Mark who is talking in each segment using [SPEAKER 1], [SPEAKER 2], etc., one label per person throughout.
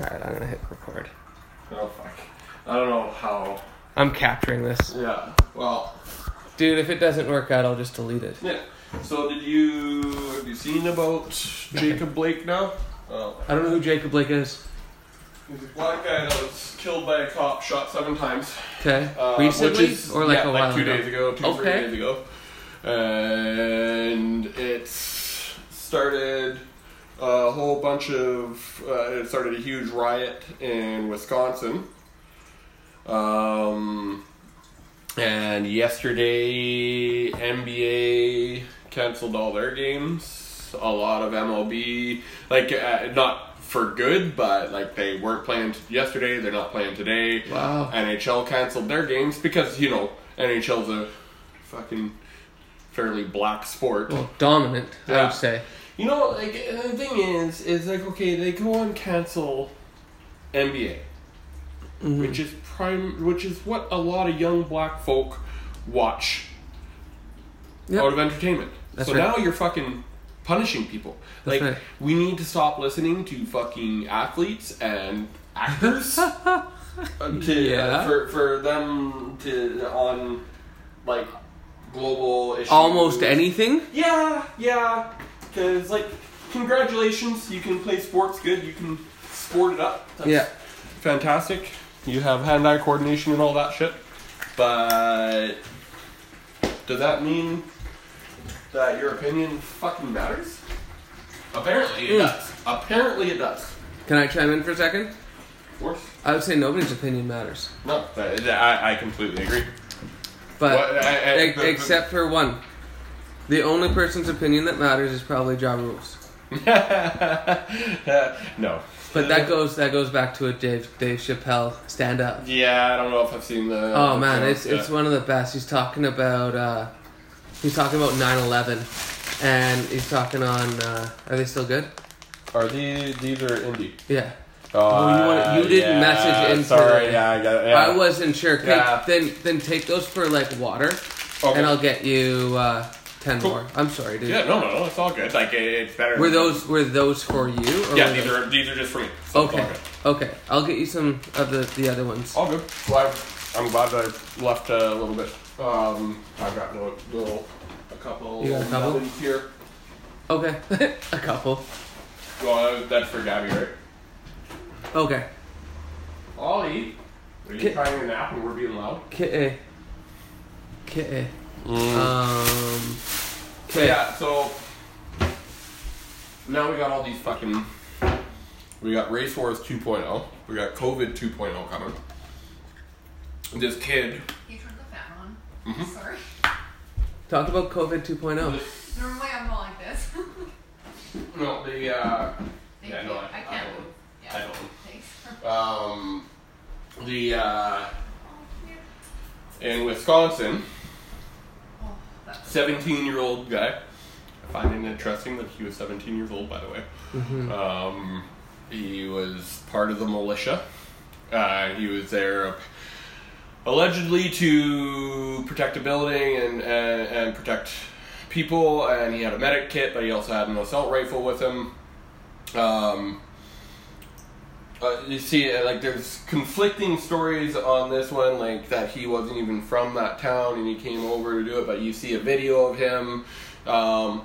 [SPEAKER 1] Alright, I'm gonna hit record.
[SPEAKER 2] Oh fuck. I don't know how.
[SPEAKER 1] I'm capturing this.
[SPEAKER 2] Yeah. Well.
[SPEAKER 1] Dude, if it doesn't work out, I'll just delete it.
[SPEAKER 2] Yeah. So did you have you seen about Jacob Blake now? Oh.
[SPEAKER 1] I don't know who Jacob Blake is.
[SPEAKER 2] He's a black guy that was killed by a cop, shot seven times.
[SPEAKER 1] Okay.
[SPEAKER 2] Uh,
[SPEAKER 1] Recently?
[SPEAKER 2] which is,
[SPEAKER 1] or like
[SPEAKER 2] yeah,
[SPEAKER 1] a while
[SPEAKER 2] like two
[SPEAKER 1] ago?
[SPEAKER 2] days ago, two three
[SPEAKER 1] Okay.
[SPEAKER 2] days ago, and it started a whole bunch of. Uh, it started a huge riot in Wisconsin. Um, and yesterday, NBA canceled all their games. A lot of MLB, like uh, not for good, but like they weren't playing t- yesterday. They're not playing today.
[SPEAKER 1] Wow.
[SPEAKER 2] NHL canceled their games because you know NHL's a fucking fairly black sport.
[SPEAKER 1] Well, dominant, I
[SPEAKER 2] Yeah.
[SPEAKER 1] would say.
[SPEAKER 2] You know, like and the thing is, is like okay, they go and cancel NBA,
[SPEAKER 1] Mm-hmm.
[SPEAKER 2] which is prime, which is what a lot of young black folk watch
[SPEAKER 1] Yep.
[SPEAKER 2] out of entertainment.
[SPEAKER 1] That's
[SPEAKER 2] so
[SPEAKER 1] right.
[SPEAKER 2] now you're fucking punishing people.
[SPEAKER 1] That's
[SPEAKER 2] like
[SPEAKER 1] right.
[SPEAKER 2] we need to stop listening to fucking athletes and actors uh, to
[SPEAKER 1] Yeah.
[SPEAKER 2] for for them to on like global issues.
[SPEAKER 1] Almost anything?
[SPEAKER 2] Yeah, yeah. Cause like, congratulations, you can play sports good. You can sport it up. That's
[SPEAKER 1] Yeah.
[SPEAKER 2] fantastic. You have hand-eye coordination and all that shit. But does that mean that your opinion fucking matters? Apparently it
[SPEAKER 1] Mm.
[SPEAKER 2] does. Apparently it does.
[SPEAKER 1] Can I chime in for a second?
[SPEAKER 2] Of course.
[SPEAKER 1] I would say nobody's opinion matters.
[SPEAKER 2] No, that- that- I, I completely agree.
[SPEAKER 1] But,
[SPEAKER 2] What- I- I-
[SPEAKER 1] e-
[SPEAKER 2] the- the-
[SPEAKER 1] except for one. The only person's opinion that matters is probably Ja Rule's.
[SPEAKER 2] no.
[SPEAKER 1] But that goes that goes back to a Dave Dave Chappelle stand up.
[SPEAKER 2] Yeah, I don't know if I've seen the.
[SPEAKER 1] Oh
[SPEAKER 2] the
[SPEAKER 1] man,
[SPEAKER 2] film.
[SPEAKER 1] it's it's
[SPEAKER 2] Yeah.
[SPEAKER 1] one of the best. He's talking about uh, he's talking about 9/11, and he's talking on uh, are they still good?
[SPEAKER 2] Are these these are indie?
[SPEAKER 1] Yeah,
[SPEAKER 2] Oh,
[SPEAKER 1] you wanna- you didn't message into
[SPEAKER 2] Sorry,
[SPEAKER 1] it.
[SPEAKER 2] yeah, I got it. Yeah.
[SPEAKER 1] I wasn't sure. Okay,
[SPEAKER 2] Yeah.
[SPEAKER 1] Then then take those for like water,
[SPEAKER 2] Okay.
[SPEAKER 1] and I'll get you uh, ten
[SPEAKER 2] Cool.
[SPEAKER 1] more. I'm sorry, dude.
[SPEAKER 2] Yeah, no, no, no, it's all good. Like it, it's better.
[SPEAKER 1] Were those were those for you? Or
[SPEAKER 2] Yeah,
[SPEAKER 1] were
[SPEAKER 2] these
[SPEAKER 1] those-
[SPEAKER 2] are these are just for Oh. me. So it's
[SPEAKER 1] Okay, okay. I'll get you some of the the other ones.
[SPEAKER 2] All good. All good. Well, I- I'm glad that I left uh, a little bit. Um, I've got a little, little a couple.
[SPEAKER 1] You got a couple?
[SPEAKER 2] melodies here.
[SPEAKER 1] Okay, a couple.
[SPEAKER 2] Well, that- that's for Gabby, right?
[SPEAKER 1] Okay.
[SPEAKER 2] Ollie, are you
[SPEAKER 1] Ki-
[SPEAKER 2] trying to nap and we're being loud?
[SPEAKER 1] Kitty. Kitty. Um.
[SPEAKER 2] So,
[SPEAKER 1] Okay.
[SPEAKER 2] Hmm. yeah, so now we got all these fucking. We got Race Wars 2.0. We got COVID 2.0 coming. This kid.
[SPEAKER 3] You turned the fan on.
[SPEAKER 2] Mm-hmm.
[SPEAKER 3] Sorry.
[SPEAKER 1] Talk about COVID oh. 2.0.
[SPEAKER 3] Normally I'm not like this.
[SPEAKER 2] No, the. Uh,
[SPEAKER 3] Thank
[SPEAKER 2] Yeah,
[SPEAKER 3] you.
[SPEAKER 2] no, I-
[SPEAKER 3] I,
[SPEAKER 2] I
[SPEAKER 3] can't
[SPEAKER 2] don't-
[SPEAKER 3] move. Yeah.
[SPEAKER 2] I don't.
[SPEAKER 3] Thanks.
[SPEAKER 2] um, the uh,
[SPEAKER 3] Oh, here.
[SPEAKER 2] in Wisconsin,
[SPEAKER 3] Oh, that's
[SPEAKER 2] 17 year old guy. I find it interesting that he was 17 years old, by the way. Um, he was part of the militia. Uh, he was there ap- allegedly to protect a building and, and, and protect people, and he had a medic kit, but he also had an assault rifle with him. Um, uh, you see, uh, like, there's conflicting stories on this one, like that he wasn't even from that town and he came over to do it. But you see a video of him um,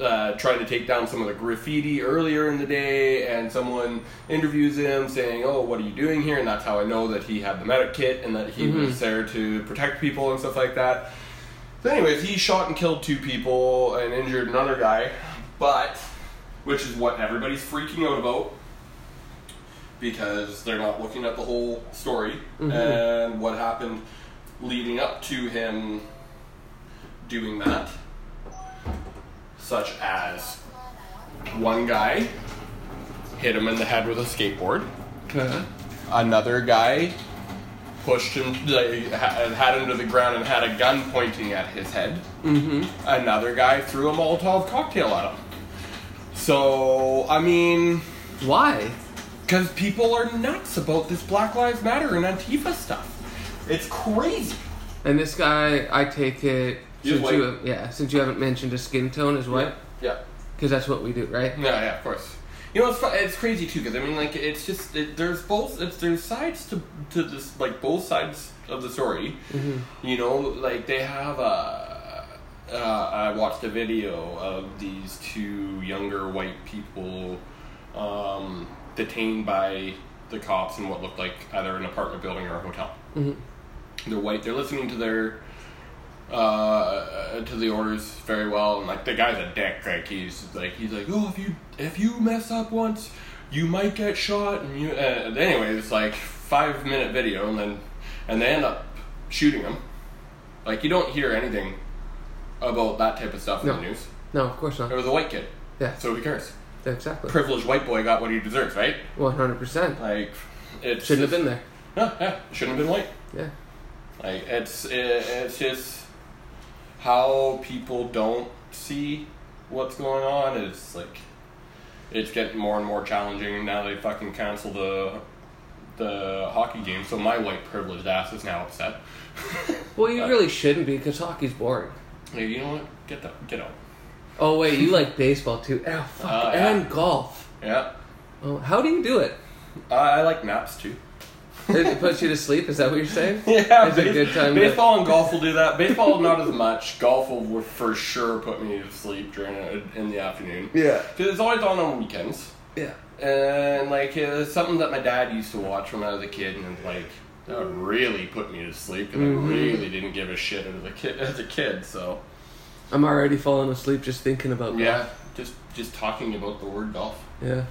[SPEAKER 2] uh, trying to take down some of the graffiti earlier in the day, and someone interviews him saying, "Oh, what are you doing here?" And that's how I know that he had the medic kit and that he was there to protect people and stuff like that. So, anyways, he shot and killed two people and injured another guy, but which is what everybody's freaking out about because they're not looking at the whole story and what happened leading up to him doing that, such as one guy hit him in the head with a skateboard
[SPEAKER 1] Okay.
[SPEAKER 2] another guy pushed him like, ha- had him to the ground and had a gun pointing at his head mm-hmm. another guy threw a molotov cocktail at him so i mean
[SPEAKER 1] Why?
[SPEAKER 2] because people are nuts about this black lives matter and antifa stuff it's crazy
[SPEAKER 1] And this guy, I take it.
[SPEAKER 2] He's
[SPEAKER 1] Since
[SPEAKER 2] white.
[SPEAKER 1] you, have- yeah, since you haven't mentioned his skin tone is white,
[SPEAKER 2] yeah
[SPEAKER 1] because that's what we do, right?
[SPEAKER 2] yeah yeah of course You know, it's fu- it's crazy too because I mean, like, it's just it, there's both it's, there's sides to to this like both sides of the story. You know, like they have a. Uh, I watched a video of these two younger white people um, detained by the cops in what looked like either an apartment building or a hotel. They're white. They're listening to their uh, to the orders very well, and like the guy's a dick. Like he's like he's like, oh, if you if you mess up once, you might get shot. And you, uh, anyway, it's like five minute video, and then and they end up shooting him. Like you don't hear anything about that type of stuff in
[SPEAKER 1] No.
[SPEAKER 2] the news.
[SPEAKER 1] No, of course
[SPEAKER 2] It
[SPEAKER 1] not.
[SPEAKER 2] was a white kid,
[SPEAKER 1] Yeah,
[SPEAKER 2] so who cares?
[SPEAKER 1] exactly.
[SPEAKER 2] Privileged white boy got what he deserves, right?
[SPEAKER 1] One hundred percent.
[SPEAKER 2] Like it
[SPEAKER 1] Shouldn't have been there.
[SPEAKER 2] No, yeah, shouldn't have been white.
[SPEAKER 1] Yeah.
[SPEAKER 2] Like it's it, it's just how people don't see what's going on. It's like it's getting more and more challenging. Now they fucking cancel the the hockey game, so my white privileged ass is now upset.
[SPEAKER 1] Well, you
[SPEAKER 2] Uh,
[SPEAKER 1] really shouldn't be because hockey's boring.
[SPEAKER 2] Like, you know what? Get the get out.
[SPEAKER 1] Oh wait, you like baseball too? Oh fuck,
[SPEAKER 2] Oh, yeah.
[SPEAKER 1] and golf.
[SPEAKER 2] Yeah,
[SPEAKER 1] Oh, how do you do it?
[SPEAKER 2] I, I like naps too.
[SPEAKER 1] It puts you to sleep. Is that what you're saying?
[SPEAKER 2] Yeah,
[SPEAKER 1] It's a good time to-
[SPEAKER 2] Baseball and golf will do that. Baseball not as much. Golf will would for sure put me to sleep during uh, in the afternoon.
[SPEAKER 1] Yeah.
[SPEAKER 2] Cause it's always on on weekends.
[SPEAKER 1] Yeah.
[SPEAKER 2] Uh, And like it was something that my dad used to watch when I was a kid, and like that really put me to sleep, and I really didn't give a shit as a kid. As a kid, so
[SPEAKER 1] I'm already falling asleep just thinking about golf.
[SPEAKER 2] yeah, just just talking about the word golf.
[SPEAKER 1] Yeah.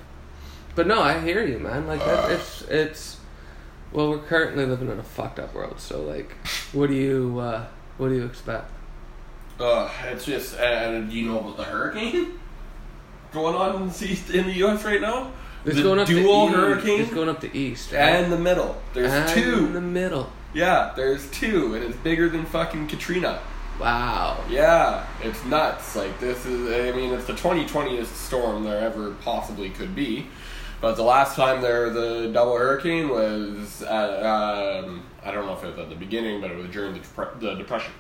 [SPEAKER 1] But no, I hear you, man. Like that, it's it's. Well, we're currently living in a fucked up world, so like, what do you uh, what do you expect?
[SPEAKER 2] Uh, it's just and you know about the hurricane going on in the, sea- in the U.S. right now.
[SPEAKER 1] It's
[SPEAKER 2] the
[SPEAKER 1] going up
[SPEAKER 2] dual
[SPEAKER 1] to east.
[SPEAKER 2] hurricane
[SPEAKER 1] It's going up to east. right?
[SPEAKER 2] and the middle. There's
[SPEAKER 1] And
[SPEAKER 2] two.
[SPEAKER 1] in the middle.
[SPEAKER 2] yeah, there's two, and it's bigger than fucking Katrina.
[SPEAKER 1] Wow.
[SPEAKER 2] Yeah, it's nuts. Like this is, I mean, it's the 2020th storm there ever possibly could be. But the last time there, the double hurricane was at, um, I don't know if it was at the beginning, but it was during the, depre- the depression.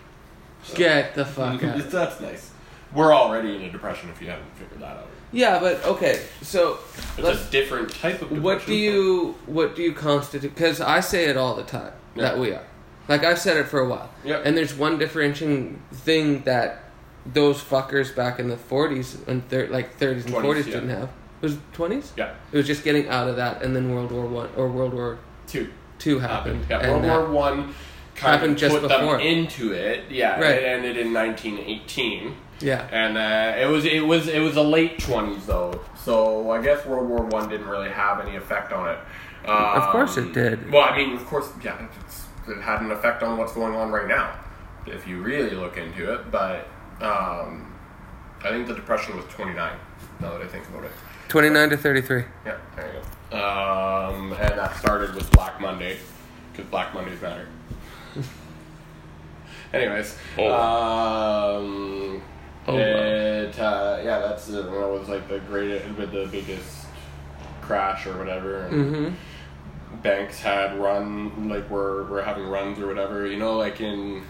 [SPEAKER 1] Get the fuck out.
[SPEAKER 2] That's nice. We're already in a depression if you haven't figured that out.
[SPEAKER 1] Yeah, but okay. So
[SPEAKER 2] It's
[SPEAKER 1] let's
[SPEAKER 2] a different type of depression.
[SPEAKER 1] What do you what do you constitute? Because I say it all the time
[SPEAKER 2] Yeah.
[SPEAKER 1] that we are. Like I've said it for a while.
[SPEAKER 2] Yeah.
[SPEAKER 1] And there's one differentiating thing that those fuckers back in the 40s and thir- like 30s and
[SPEAKER 2] 20s,
[SPEAKER 1] 40s
[SPEAKER 2] yeah.
[SPEAKER 1] didn't have. Was it 20s?
[SPEAKER 2] Yeah,
[SPEAKER 1] It was just getting out of that, and then World War One or World War
[SPEAKER 2] two.
[SPEAKER 1] Two happened.
[SPEAKER 2] happened. Yeah,
[SPEAKER 1] and
[SPEAKER 2] World
[SPEAKER 1] that-
[SPEAKER 2] War One kind
[SPEAKER 1] happened
[SPEAKER 2] of
[SPEAKER 1] just
[SPEAKER 2] put
[SPEAKER 1] before.
[SPEAKER 2] them into it. Yeah,
[SPEAKER 1] Right.
[SPEAKER 2] it ended in 1918.
[SPEAKER 1] yeah.
[SPEAKER 2] and uh, it was it was it was the late twenties though. So I guess World War One didn't really have any effect on it. Um,
[SPEAKER 1] Of course it did.
[SPEAKER 2] Well, I mean, of course, yeah, it's, it had an effect on what's going on right now, if you really look into it. But um, I think the depression was twenty nine. Now that I think about it,
[SPEAKER 1] 29 to 33.
[SPEAKER 2] yeah, there you go. Um, and that started with Black Monday, because Black Mondays matter. Anyways,
[SPEAKER 1] Oh.
[SPEAKER 2] um,
[SPEAKER 1] Oh, wow.
[SPEAKER 2] it uh, yeah, that's uh, when it was like the greatest with the biggest crash or whatever. And
[SPEAKER 1] Mm-hmm.
[SPEAKER 2] Banks had run like were were having runs or whatever. You know, like in.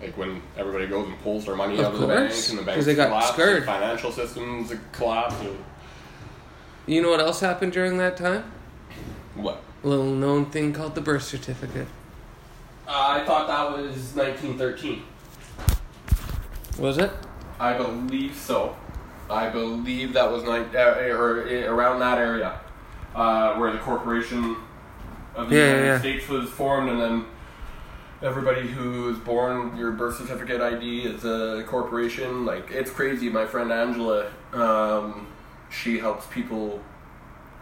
[SPEAKER 2] Like when everybody goes and pulls their money
[SPEAKER 1] Of
[SPEAKER 2] out of the bank
[SPEAKER 1] course,
[SPEAKER 2] and the
[SPEAKER 1] 'cause
[SPEAKER 2] banks
[SPEAKER 1] they got
[SPEAKER 2] collapse, and
[SPEAKER 1] scared.
[SPEAKER 2] financial systems collapse. And
[SPEAKER 1] You know what else happened during that time?
[SPEAKER 2] what?
[SPEAKER 1] A little known thing called the birth certificate.
[SPEAKER 2] Uh, I thought that was 1913.
[SPEAKER 1] Was it?
[SPEAKER 2] I believe so. I believe that was nine, uh, or uh, around that area uh, where the corporation of the
[SPEAKER 1] Yeah, yeah,
[SPEAKER 2] United
[SPEAKER 1] yeah.
[SPEAKER 2] States was formed, and then everybody who is born, your birth certificate ID is a corporation. Like it's crazy. My friend Angela, um, she helps people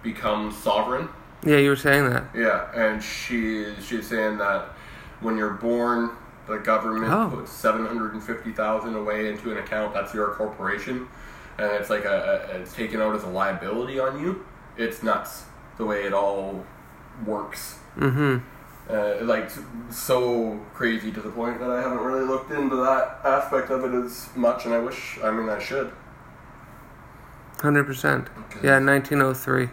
[SPEAKER 2] become sovereign.
[SPEAKER 1] Yeah, you were saying that.
[SPEAKER 2] Yeah, and she she's saying that when you're born, the government
[SPEAKER 1] Oh.
[SPEAKER 2] puts seven hundred and fifty thousand away into an account that's your corporation, and it's like a, a it's taken out as a liability on you. It's nuts the way it all works.
[SPEAKER 1] Mm-hmm.
[SPEAKER 2] Uh, like so crazy to the point that I haven't really looked into that aspect of it as much, and I wish. I mean, I should.
[SPEAKER 1] Hundred percent.
[SPEAKER 2] Okay.
[SPEAKER 1] Yeah, nineteen oh three.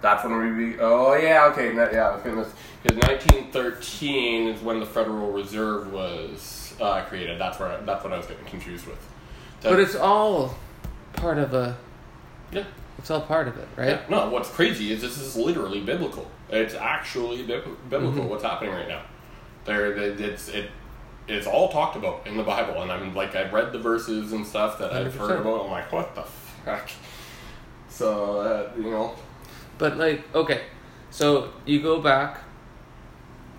[SPEAKER 2] That's when we be. Oh yeah, okay, no- yeah. I was gonna. Because 1913 is when the Federal Reserve was uh, created. That's where. That's what I was getting confused with. That-
[SPEAKER 1] But it's all part of a
[SPEAKER 2] yeah.
[SPEAKER 1] It's all part of it, right?
[SPEAKER 2] Yeah, No, what's crazy is this is literally biblical. It's actually bib- biblical
[SPEAKER 1] Mhm.
[SPEAKER 2] what's happening right now. There, it- it's it, it's all talked about in the Bible, and I'm like I've read the verses and stuff that I've heard
[SPEAKER 1] 100%.
[SPEAKER 2] about. I'm like, what the fuck? So uh, you know,
[SPEAKER 1] But like, okay, so you go back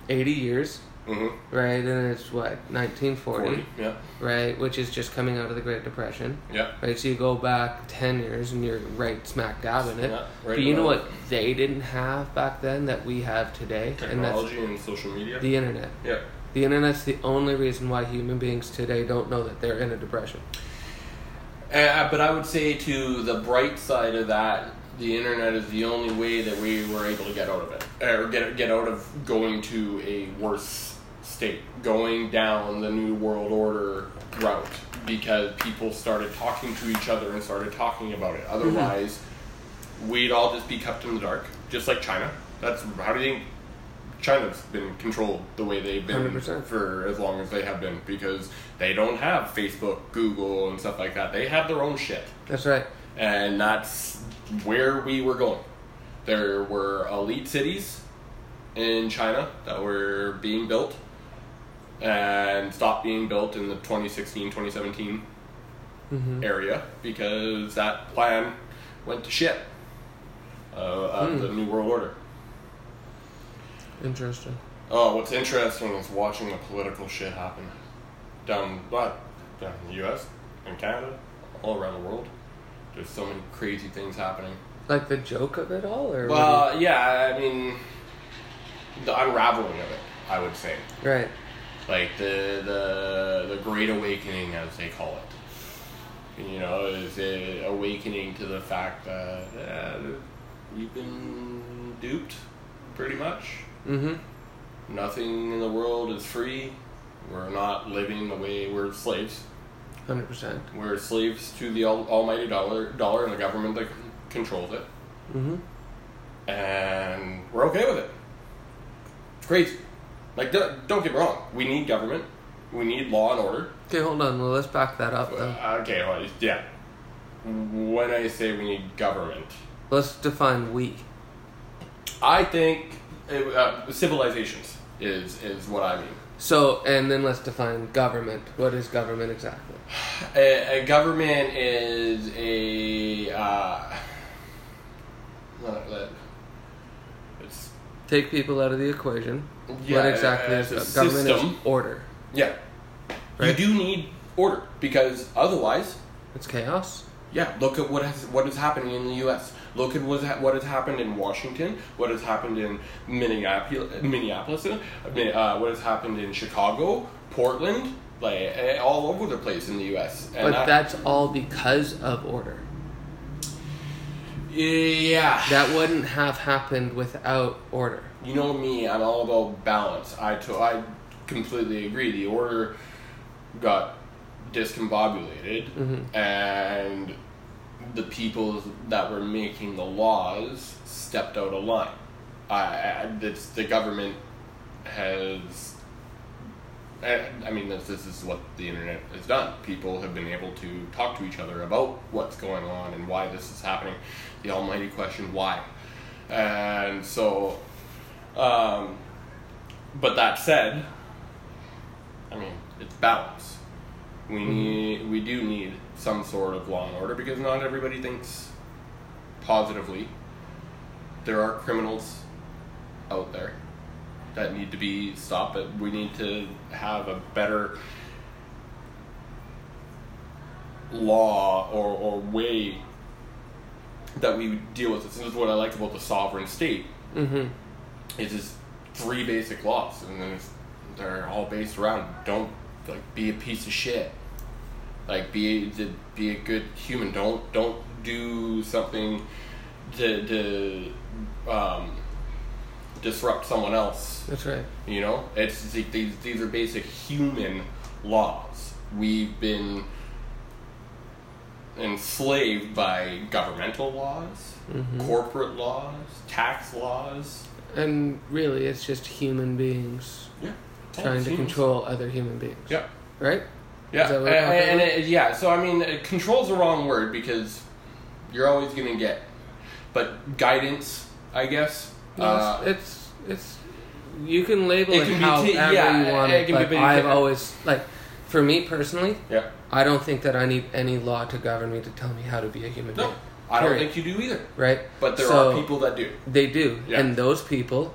[SPEAKER 1] eighty years,
[SPEAKER 2] hmm
[SPEAKER 1] right? And it's what nineteen forty,
[SPEAKER 2] yeah,
[SPEAKER 1] right? Which is just coming out of the Great Depression,
[SPEAKER 2] yeah,
[SPEAKER 1] right? So you go back ten years, and you're right smack dab in it.
[SPEAKER 2] Yeah, right
[SPEAKER 1] but you know
[SPEAKER 2] about-
[SPEAKER 1] what they didn't have back then that we have today,
[SPEAKER 2] technology and, social media.
[SPEAKER 1] and that's the internet.
[SPEAKER 2] yeah,
[SPEAKER 1] The internet's the only reason why human beings today don't know that they're in a depression.
[SPEAKER 2] Uh, but I would say to the bright side of that, the internet is the only way that we were able to get out of it, or get get out of going to a worse state, going down the new world order route, because people started talking to each other and started talking about it. Otherwise, we'd all just be kept in the dark, just like China. That's how do you think China's been controlled the way they've been
[SPEAKER 1] 100%.
[SPEAKER 2] for as long as they have been because they don't have Facebook, Google, and stuff like that. They have their own shit,
[SPEAKER 1] That's right.
[SPEAKER 2] and that's where we were going. There were elite cities in China that were being built and stopped being built in the 2016 2017
[SPEAKER 1] hmm
[SPEAKER 2] area because that plan went to shit uh, of the New World Order.
[SPEAKER 1] Interesting.
[SPEAKER 2] Oh, what's interesting is watching the political shit happen down, but down in the U.S. and Canada, all around the world. There's so many crazy things happening.
[SPEAKER 1] Like the joke of it all, or what do
[SPEAKER 2] Well, yeah, I mean, the unraveling of it, I would say,
[SPEAKER 1] you- right?
[SPEAKER 2] like the the the Great Awakening, as they call it. You know, is it awakening to the fact that uh, we've been duped, pretty much.
[SPEAKER 1] Mm-hmm.
[SPEAKER 2] Nothing in the world is free. We're not living the way we're slaves.
[SPEAKER 1] Hundred percent.
[SPEAKER 2] We're slaves to the al- almighty dollar, dollar and the government that c- controls it.
[SPEAKER 1] Mm-hmm.
[SPEAKER 2] And we're okay with it. It's crazy. Like, don't, don't get me wrong. We need government. We need law and order.
[SPEAKER 1] Okay, hold on. Well, let's back that up though.
[SPEAKER 2] Uh, okay, well, yeah. When I say we need government,
[SPEAKER 1] Let's define we.
[SPEAKER 2] I think it, uh, civilizations is is what I mean.
[SPEAKER 1] So, and then let's define government. What is government exactly?
[SPEAKER 2] a, a government is a uh, not that- it's
[SPEAKER 1] Take people out of the equation.
[SPEAKER 2] Yeah,
[SPEAKER 1] what exactly
[SPEAKER 2] it's
[SPEAKER 1] is
[SPEAKER 2] a
[SPEAKER 1] gov- government?
[SPEAKER 2] system.
[SPEAKER 1] Is order.
[SPEAKER 2] yeah
[SPEAKER 1] Right.
[SPEAKER 2] you do need order because otherwise
[SPEAKER 1] It's chaos.
[SPEAKER 2] yeah look at what has what is happening in the US look at what ha- what has happened in Washington what has happened in Minneapolis Minneapolis uh, uh, what has happened in Chicago Portland like eh, all over the place in the US and
[SPEAKER 1] but
[SPEAKER 2] I-
[SPEAKER 1] that's all because of order.
[SPEAKER 2] yeah
[SPEAKER 1] That wouldn't have happened without order.
[SPEAKER 2] you know me, I'm all about balance. I to- I completely agree. The order got discombobulated,
[SPEAKER 1] Mm-hmm.
[SPEAKER 2] and the people that were making the laws stepped out of line. I, I it's, the government has. I I mean, this, this is what the internet has done. People have been able to talk to each other about what's going on and why this is happening. The almighty question, why? And so um, but that said, I mean, it's balance. We need, we do need some sort of law and order because not everybody thinks positively. There are criminals out there that need to be stopped, but we need to have a better law or, or way that we deal with this. This is what I like about the sovereign state
[SPEAKER 1] Mm-hmm.
[SPEAKER 2] it's just three basic laws, and then it's, they're all based around don't like be a piece of shit, like be to be a good human. Don't don't do something to to um, disrupt someone else.
[SPEAKER 1] That's right.
[SPEAKER 2] You know, it's the- these these are basic human laws. We've been enslaved by governmental laws, corporate laws, tax laws.
[SPEAKER 1] And really, it's just human beings
[SPEAKER 2] Yeah. Oh,
[SPEAKER 1] trying to control other human beings.
[SPEAKER 2] Yeah.
[SPEAKER 1] Right?
[SPEAKER 2] Yeah.
[SPEAKER 1] Is that
[SPEAKER 2] And,
[SPEAKER 1] what we're talking
[SPEAKER 2] and it, yeah. So I mean, uh, control's the wrong word because you're always gonna get but guidance, I guess.
[SPEAKER 1] No,
[SPEAKER 2] Uh,
[SPEAKER 1] it's, it's it's you can label
[SPEAKER 2] It
[SPEAKER 1] it,
[SPEAKER 2] can be
[SPEAKER 1] however
[SPEAKER 2] t- yeah,
[SPEAKER 1] you want.
[SPEAKER 2] it
[SPEAKER 1] It,
[SPEAKER 2] can be
[SPEAKER 1] but
[SPEAKER 2] big-
[SPEAKER 1] I've always like, for me personally,
[SPEAKER 2] yeah.
[SPEAKER 1] I don't think that I need any law to govern me to tell me how to be a human
[SPEAKER 2] No,
[SPEAKER 1] being.
[SPEAKER 2] I don't
[SPEAKER 1] Period.
[SPEAKER 2] think you do either.
[SPEAKER 1] Right?
[SPEAKER 2] But there
[SPEAKER 1] So,
[SPEAKER 2] are people that do.
[SPEAKER 1] They do,
[SPEAKER 2] Yeah.
[SPEAKER 1] and those people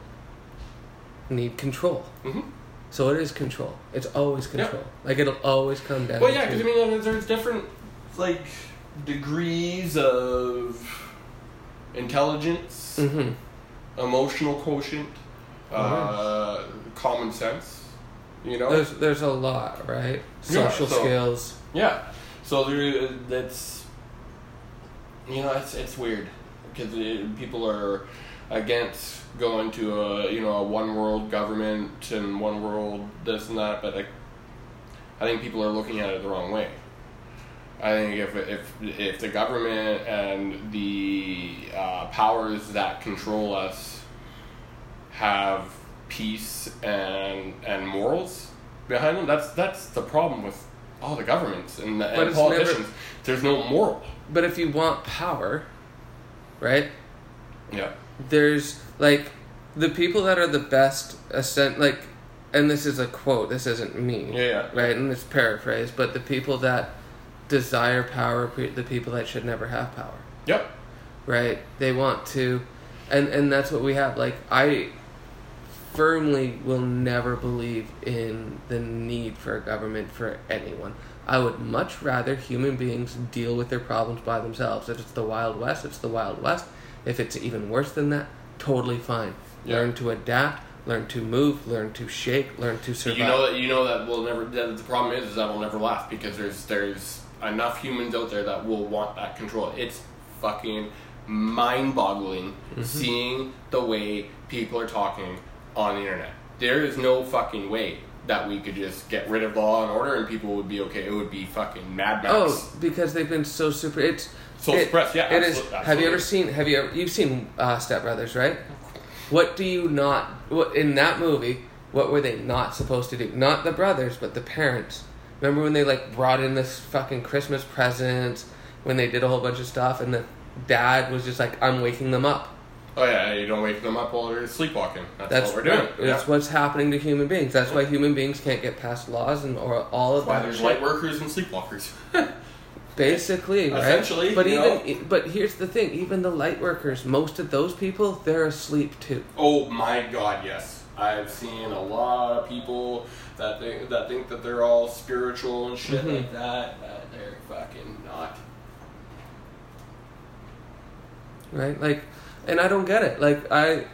[SPEAKER 1] need control.
[SPEAKER 2] hmm
[SPEAKER 1] So it is control. It's always
[SPEAKER 2] Yeah.
[SPEAKER 1] control. Like it'll always come down.
[SPEAKER 2] Well, yeah,
[SPEAKER 1] to-
[SPEAKER 2] because I mean, like, there's different like degrees of intelligence,
[SPEAKER 1] Mhm.
[SPEAKER 2] emotional quotient,
[SPEAKER 1] Oh,
[SPEAKER 2] uh, common sense. You know,
[SPEAKER 1] There's there's a lot, right?
[SPEAKER 2] Oh. Yeah,
[SPEAKER 1] Social
[SPEAKER 2] so-
[SPEAKER 1] skills.
[SPEAKER 2] yeah. So there, that's you know, it's it's weird because people are against going to a you know a one world government and one world this and that, but I, I think people are looking at it the wrong way. I think if if if the government and the uh, powers that control us have peace and and morals behind them, that's that's the problem with all the governments and,
[SPEAKER 1] But
[SPEAKER 2] and
[SPEAKER 1] it's never-
[SPEAKER 2] politicians. There's no moral.
[SPEAKER 1] But if you want power, right?
[SPEAKER 2] Yeah.
[SPEAKER 1] There's like the people that are the best ascent like and this is a quote, this isn't me.
[SPEAKER 2] Yeah, yeah.
[SPEAKER 1] Right, and it's paraphrased, but the people that desire power, are pe- the people that should never have power.
[SPEAKER 2] Yep.
[SPEAKER 1] right they want to and and that's what we have like i firmly will never believe in the need for a government for anyone i would much rather human beings deal with their problems by themselves if it's the wild west it's the wild west if it's even worse than that totally fine
[SPEAKER 2] Yeah.
[SPEAKER 1] learn to adapt learn to move learn to shake learn to survive
[SPEAKER 2] You know that you know that will never. That the problem is, is that will never last because there's there's enough humans out there that will want that control. It's fucking mind-boggling
[SPEAKER 1] Mm-hmm.
[SPEAKER 2] seeing the way people are talking on the internet. There is no fucking way that we could just get rid of law and order and people would be okay. It would be fucking Mad Max.
[SPEAKER 1] Oh, because they've been so super. It's
[SPEAKER 2] So
[SPEAKER 1] it-
[SPEAKER 2] suppressed, yeah,
[SPEAKER 1] It is.
[SPEAKER 2] absolute-
[SPEAKER 1] Have you
[SPEAKER 2] absolutely.
[SPEAKER 1] ever seen? Have you ever? You've seen uh, Step Brothers, right? What do you not? What in that movie? What were they not supposed to do? Not the brothers, but the parents. Remember when they like brought in this fucking Christmas presents? When they did a whole bunch of stuff, and the dad was just like, "I'm waking them up."
[SPEAKER 2] Oh yeah, you don't wake them up while they're sleepwalking. That's,
[SPEAKER 1] That's
[SPEAKER 2] what we're doing.
[SPEAKER 1] That's
[SPEAKER 2] Yeah.
[SPEAKER 1] what's happening to human beings. That's why human beings can't get past laws and or all of
[SPEAKER 2] why
[SPEAKER 1] that.
[SPEAKER 2] there's
[SPEAKER 1] shit.
[SPEAKER 2] light workers and sleepwalkers.
[SPEAKER 1] Basically, right?
[SPEAKER 2] Essentially,
[SPEAKER 1] But
[SPEAKER 2] you
[SPEAKER 1] even but here's the thing: even the light workers, most of those people, they're asleep too.
[SPEAKER 2] Oh my God, yes. I've seen a lot of people that think that think that they're all spiritual and shit
[SPEAKER 1] Mhm.
[SPEAKER 2] like that, but they're fucking not.
[SPEAKER 1] right? Like, and I don't get it. Like, I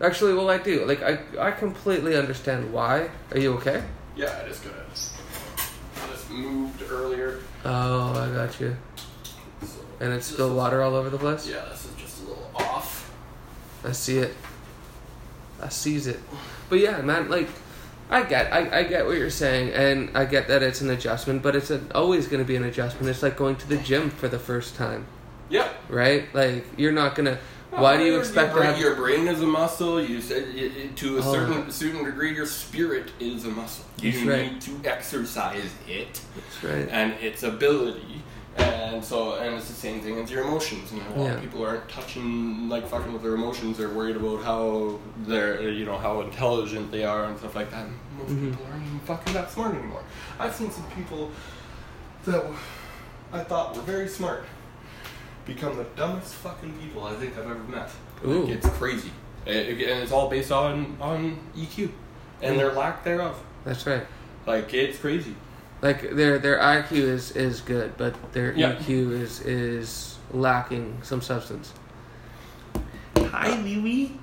[SPEAKER 1] actually, well, I do. Like, I I completely understand why. Are you okay?
[SPEAKER 2] Yeah, I just got I just moved earlier.
[SPEAKER 1] Oh, I got you.
[SPEAKER 2] So
[SPEAKER 1] And it's
[SPEAKER 2] this
[SPEAKER 1] still
[SPEAKER 2] is-
[SPEAKER 1] water all over the place.
[SPEAKER 2] Yeah, this is just a little off.
[SPEAKER 1] I see it. I seize it. But yeah, man, like I get I, I get what you're saying and I get that it's an adjustment, but it's an, always gonna be an adjustment. It's like going to the gym for the first time,
[SPEAKER 2] Yeah.
[SPEAKER 1] right? Like you're not gonna why do you
[SPEAKER 2] Your-
[SPEAKER 1] expect
[SPEAKER 2] your
[SPEAKER 1] to
[SPEAKER 2] brain,
[SPEAKER 1] have
[SPEAKER 2] your brain is a muscle? You said it, it- to a
[SPEAKER 1] Oh.
[SPEAKER 2] certain certain degree, your spirit is a muscle. You
[SPEAKER 1] That's
[SPEAKER 2] need
[SPEAKER 1] right.
[SPEAKER 2] to exercise it.
[SPEAKER 1] That's right.
[SPEAKER 2] and its ability. And so, and it's the same thing as your emotions. And a lot
[SPEAKER 1] Yeah.
[SPEAKER 2] of people aren't touching, like fucking with their emotions. They're worried about how they're, you know, how intelligent they are and stuff like that. And most
[SPEAKER 1] Mhm.
[SPEAKER 2] people aren't even fucking that smart anymore. I've seen some people that w- I thought were very smart become the dumbest fucking people I think I've ever met.
[SPEAKER 1] Ooh.
[SPEAKER 2] Like, it's crazy, Eh, It- it- and it's all based on on EQ and
[SPEAKER 1] Mm.
[SPEAKER 2] their lack thereof.
[SPEAKER 1] That's right.
[SPEAKER 2] Like it's crazy.
[SPEAKER 1] Like their their IQ is, is good, but their
[SPEAKER 2] Yeah.
[SPEAKER 1] EQ is is lacking some substance.
[SPEAKER 2] Hi, Louie.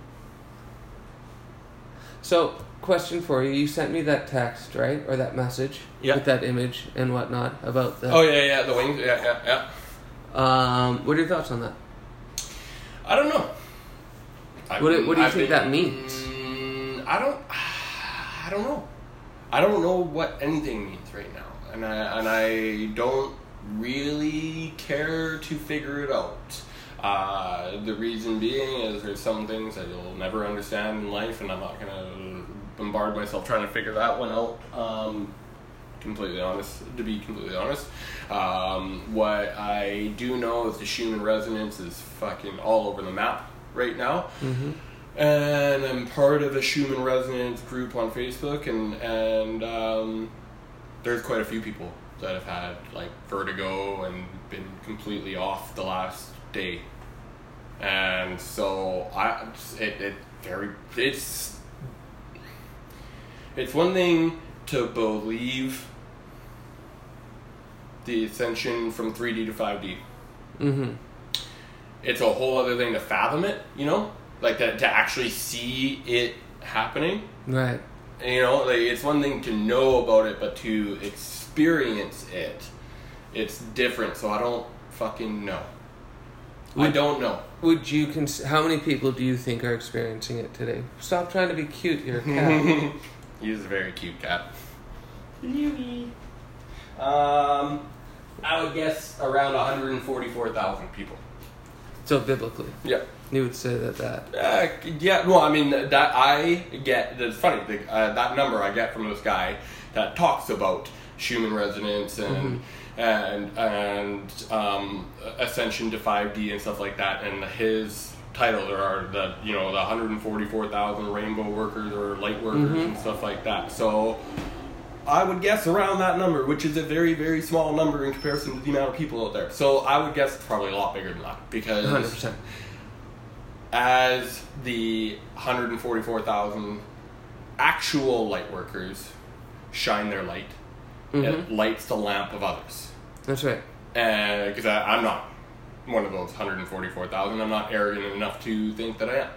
[SPEAKER 1] So, question for you: You sent me that text, right, or that message
[SPEAKER 2] Yeah.
[SPEAKER 1] with that image and whatnot about the.
[SPEAKER 2] Oh yeah, yeah, the wings. Yeah, yeah, yeah.
[SPEAKER 1] Um, what are your thoughts on that?
[SPEAKER 2] I don't know. I,
[SPEAKER 1] What do- what do you
[SPEAKER 2] I've
[SPEAKER 1] think
[SPEAKER 2] been-
[SPEAKER 1] that means?
[SPEAKER 2] mm, I don't. I don't know. I don't know what anything means right now, and I and I don't really care to figure it out. Uh, the reason being is there's some things that you'll never understand in life, and I'm not gonna bombard myself trying to figure that one out. Um, completely honest. To be completely honest, um, what I do know is the Schumann resonance is fucking all over the map right now.
[SPEAKER 1] Mm-hmm.
[SPEAKER 2] and I'm part of a Schumann Resonance group on Facebook, and and um, there's quite a few people that have had like vertigo and been completely off the last day, and so I it, it very it's it's one thing to believe the ascension from 3D to 5D
[SPEAKER 1] Mm-hmm.
[SPEAKER 2] it's a whole other thing to fathom it, you know? Like to, to actually see it happening.
[SPEAKER 1] Right.
[SPEAKER 2] You know, like it's one thing to know about it, but to experience it, it's different. So I don't fucking know. I
[SPEAKER 1] Would-
[SPEAKER 2] don't know.
[SPEAKER 1] Would you cons- How many people do you think are experiencing it today? Stop trying to be cute, you're a cat.
[SPEAKER 2] He's a very cute cat. Louie. Um, I would guess around 144,000 people.
[SPEAKER 1] so biblically,
[SPEAKER 2] Yeah.
[SPEAKER 1] you would say that that.
[SPEAKER 2] Uh, yeah, well, I mean that I get. That's funny. The, uh, that number I get from this guy that talks about Schumann resonance and and and um, ascension to five D and stuff like that. And his titles are the you know the one hundred and forty four thousand rainbow workers or light workers and stuff like that. So I would guess around that number, which is a very very small number in comparison to the amount of people out there. So I would guess it's probably a lot bigger than that because
[SPEAKER 1] 100%.
[SPEAKER 2] as the 144,000 actual light workers shine their light,
[SPEAKER 1] Mhm.
[SPEAKER 2] it lights the lamp of others.
[SPEAKER 1] That's right.
[SPEAKER 2] And because I'm not one of those 144,000, I'm not arrogant enough to think that I am.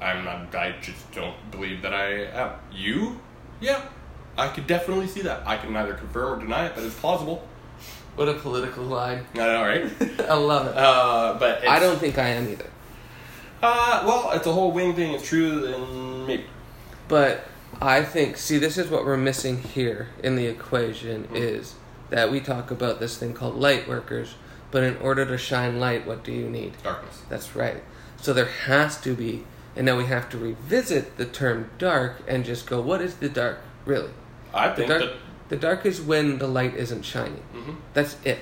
[SPEAKER 2] I'm not. I just don't believe that I am. You? Yeah, I could definitely see that. I can neither confirm or deny it, but it's plausible.
[SPEAKER 1] What a political line.
[SPEAKER 2] I know, right?
[SPEAKER 1] I love it.
[SPEAKER 2] uh, but it's,
[SPEAKER 1] I don't think I am either.
[SPEAKER 2] Uh, well, it's a whole wing thing. It's true, and maybe.
[SPEAKER 1] But I think, see, this is what we're missing here in the equation
[SPEAKER 2] Hmm.
[SPEAKER 1] is that we talk about this thing called light workers, but in order to shine light, what do you need?
[SPEAKER 2] darkness.
[SPEAKER 1] That's right. So there has to be, and now we have to revisit the term dark and just go, what is the dark really?
[SPEAKER 2] I
[SPEAKER 1] The
[SPEAKER 2] think
[SPEAKER 1] dark,
[SPEAKER 2] that.
[SPEAKER 1] the dark is when the light isn't shining.
[SPEAKER 2] Mhm.
[SPEAKER 1] That's it.